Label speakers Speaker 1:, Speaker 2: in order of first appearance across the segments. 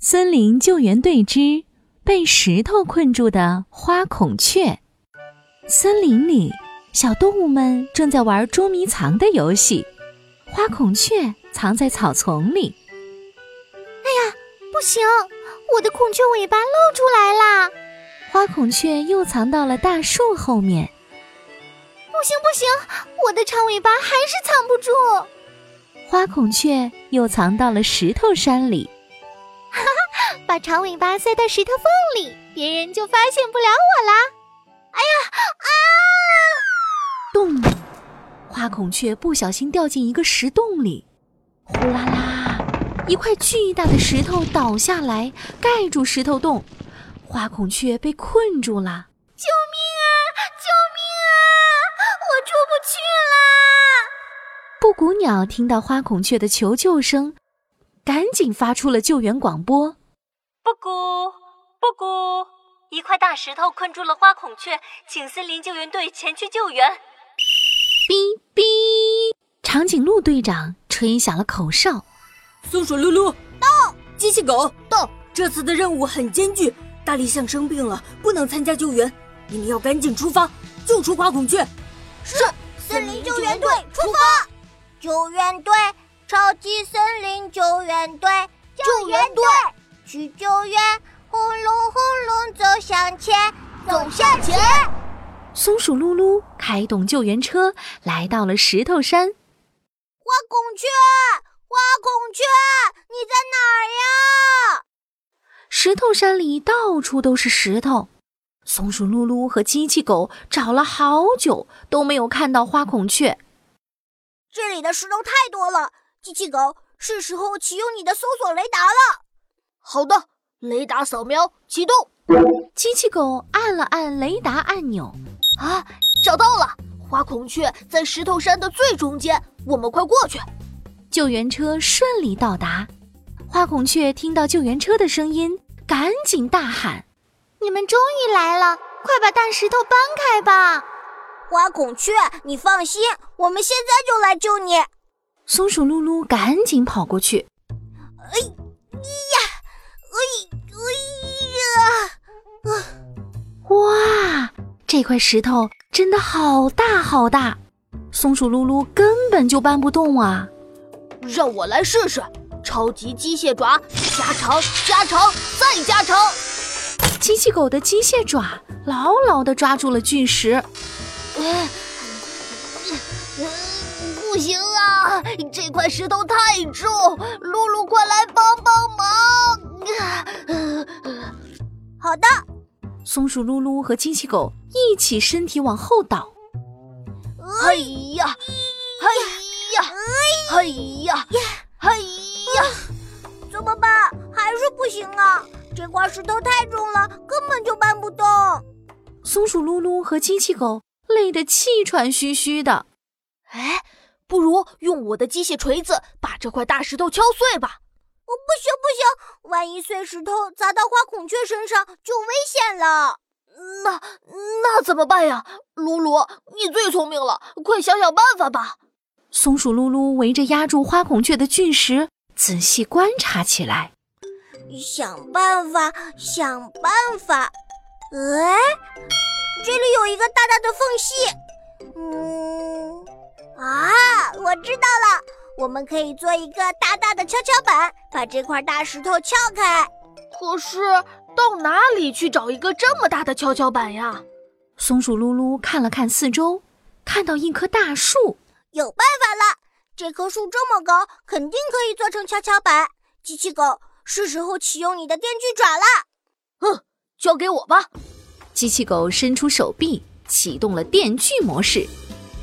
Speaker 1: 森林救援队之被石头困住的花孔雀。森林里，小动物们正在玩捉迷藏的游戏。花孔雀藏在草丛里。
Speaker 2: 哎呀，不行！我的孔雀尾巴露出来啦！
Speaker 1: 花孔雀又藏到了大树后面。
Speaker 2: 不行不行，我的长尾巴还是藏不住。
Speaker 1: 花孔雀又藏到了石头山里。
Speaker 2: 哈哈，把长尾巴塞到石头缝里，别人就发现不了我啦！哎呀啊！
Speaker 1: 咚！花孔雀不小心掉进一个石洞里，呼啦啦，一块巨大的石头倒下来，盖住石头洞，花孔雀被困住了。
Speaker 2: 救命啊！救命啊！我出不去啦！
Speaker 1: 布谷鸟听到花孔雀的求救声，赶紧发出了救援广播。
Speaker 3: 布谷，布谷，一块大石头困住了花孔雀，请森林救援队前去救援。
Speaker 1: 哔哔，长颈鹿队长吹响了口哨。
Speaker 4: 松鼠噜噜
Speaker 2: 到，
Speaker 4: 机器狗
Speaker 2: 到。
Speaker 4: 这次的任务很艰巨，大力象生病了，不能参加救援，你们要赶紧出发，救出花孔雀。
Speaker 2: 是，森林救援队出发！救援队，超级森林救援队，救援队，去救援！轰隆轰隆，走向前，走向前！
Speaker 1: 松鼠噜噜开动救援车，来到了石头山。
Speaker 2: 花孔雀，花孔雀，你在哪儿呀？
Speaker 1: 石头山里到处都是石头，松鼠噜噜和机器狗找了好久都没有看到花孔雀。
Speaker 2: 这里的石头太多了，机器狗，是时候启用你的搜索雷达了。
Speaker 5: 好的，雷达扫描启动。
Speaker 1: 机器狗按了按雷达按钮，
Speaker 5: 啊，找到了！花孔雀在石头山的最中间，我们快过去。
Speaker 1: 救援车顺利到达。花孔雀听到救援车的声音，赶紧大喊：“
Speaker 2: 你们终于来了，快把大石头搬开吧！”花孔雀，你放心，我们现在就来救你。
Speaker 1: 松鼠噜噜赶紧跑过去，
Speaker 2: 哎呀，哎哎呀！啊！
Speaker 1: 哇，这块石头真的好大好大，松鼠噜噜根本就搬不动啊！
Speaker 5: 让我来试试，超级机械爪，加长，加长，再加长！
Speaker 1: 机器狗的机械爪牢牢地抓住了巨石。
Speaker 5: 哎嗯不行啊！这块石头太重，露露快来帮帮忙！
Speaker 2: 好的，
Speaker 1: 松鼠噜噜和机器狗一起身体往后倒，
Speaker 5: 哎呀，哎呀，哎呀，哎呀！
Speaker 2: 怎么办？还是不行啊！这块石头太重了，根本就搬不动。
Speaker 1: 松鼠噜噜和机器狗累得气喘吁吁的。
Speaker 5: 哎，不如用我的机械锤子把这块大石头敲碎吧！
Speaker 2: 我不行不行，万一碎石头砸到花孔雀身上就危险了。
Speaker 5: 那那怎么办呀？鲁鲁，你最聪明了，快想想办法吧！
Speaker 1: 松鼠噜噜围着压住花孔雀的巨石仔细观察起来。
Speaker 2: 想办法，想办法。哎，这里有一个大大的缝隙。嗯，啊，我知道了，我们可以做一个大大的跷跷板，把这块大石头撬开。
Speaker 5: 可是到哪里去找一个这么大的跷跷板呀？
Speaker 1: 松鼠噜噜看了看四周，看到一棵大树。
Speaker 2: 有办法了，这棵树这么高，肯定可以做成跷跷板。机器狗，是时候启用你的电锯爪了。
Speaker 5: 哼，交给我吧。
Speaker 1: 机器狗伸出手臂，启动了电锯模式，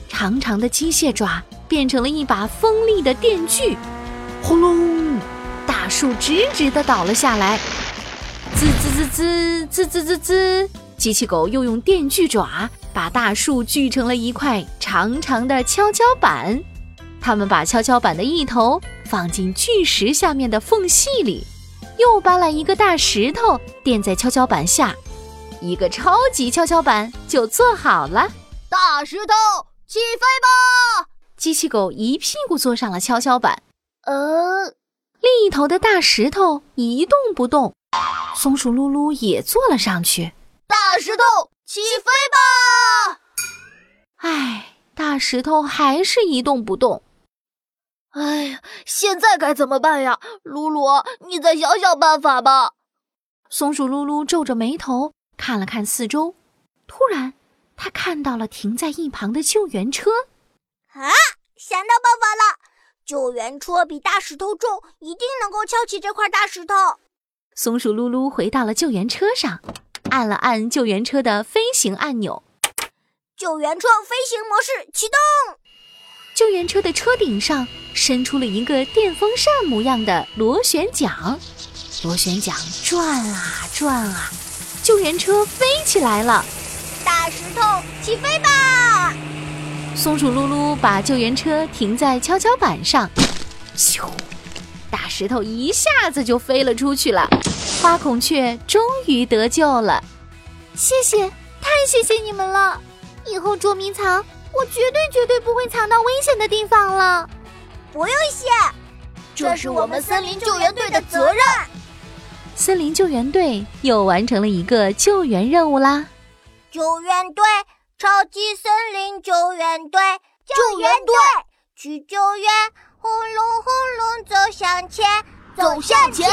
Speaker 1: 长长的机械爪变成了一把锋利的电锯。轰隆！大树直直的倒了下来。滋滋滋滋滋滋滋滋！机器狗又用电锯爪把大树锯成了一块长长的跷跷板。它们把跷跷板的一头放进巨石下面的缝隙里，又搬来一个大石头垫在跷跷板下，一个超级跷跷板就做好了。
Speaker 5: 大石头起飞吧！
Speaker 1: 机器狗一屁股坐上了跷跷板。
Speaker 5: 呃，
Speaker 1: 另一头的大石头一动不动。松鼠噜噜也坐了上去。
Speaker 5: 大石头起飞吧！
Speaker 1: 唉，大石头还是一动不动。
Speaker 5: 哎呀，现在该怎么办呀？鲁鲁，你再想想办法吧。
Speaker 1: 松鼠噜噜皱着眉头看了看四周，突然，他看到了停在一旁的救援车。
Speaker 2: 啊，想到办法了！救援车比大石头重，一定能够敲起这块大石头。
Speaker 1: 松鼠噜噜回到了救援车上，按了按救援车的飞行按钮。
Speaker 2: 救援车飞行模式启动。
Speaker 1: 救援车的车顶上伸出了一个电风扇模样的螺旋桨，螺旋桨转啊转啊，救援车飞起来了。
Speaker 2: 大石头起飞吧！
Speaker 1: 松鼠噜噜把救援车停在跷跷板上，咻，大石头一下子就飞了出去了。花孔雀终于得救了，
Speaker 6: 谢谢，太谢谢你们了！以后捉迷藏。我绝对绝对不会藏到危险的地方了，
Speaker 2: 不用谢，
Speaker 5: 这是我们森林救援队的责任。
Speaker 1: 森林救援队又完成了一个救援任务啦！
Speaker 2: 救援队，超级森林救援队，
Speaker 5: 救援队
Speaker 2: 去救援，轰隆轰隆走向前，
Speaker 5: 走向前。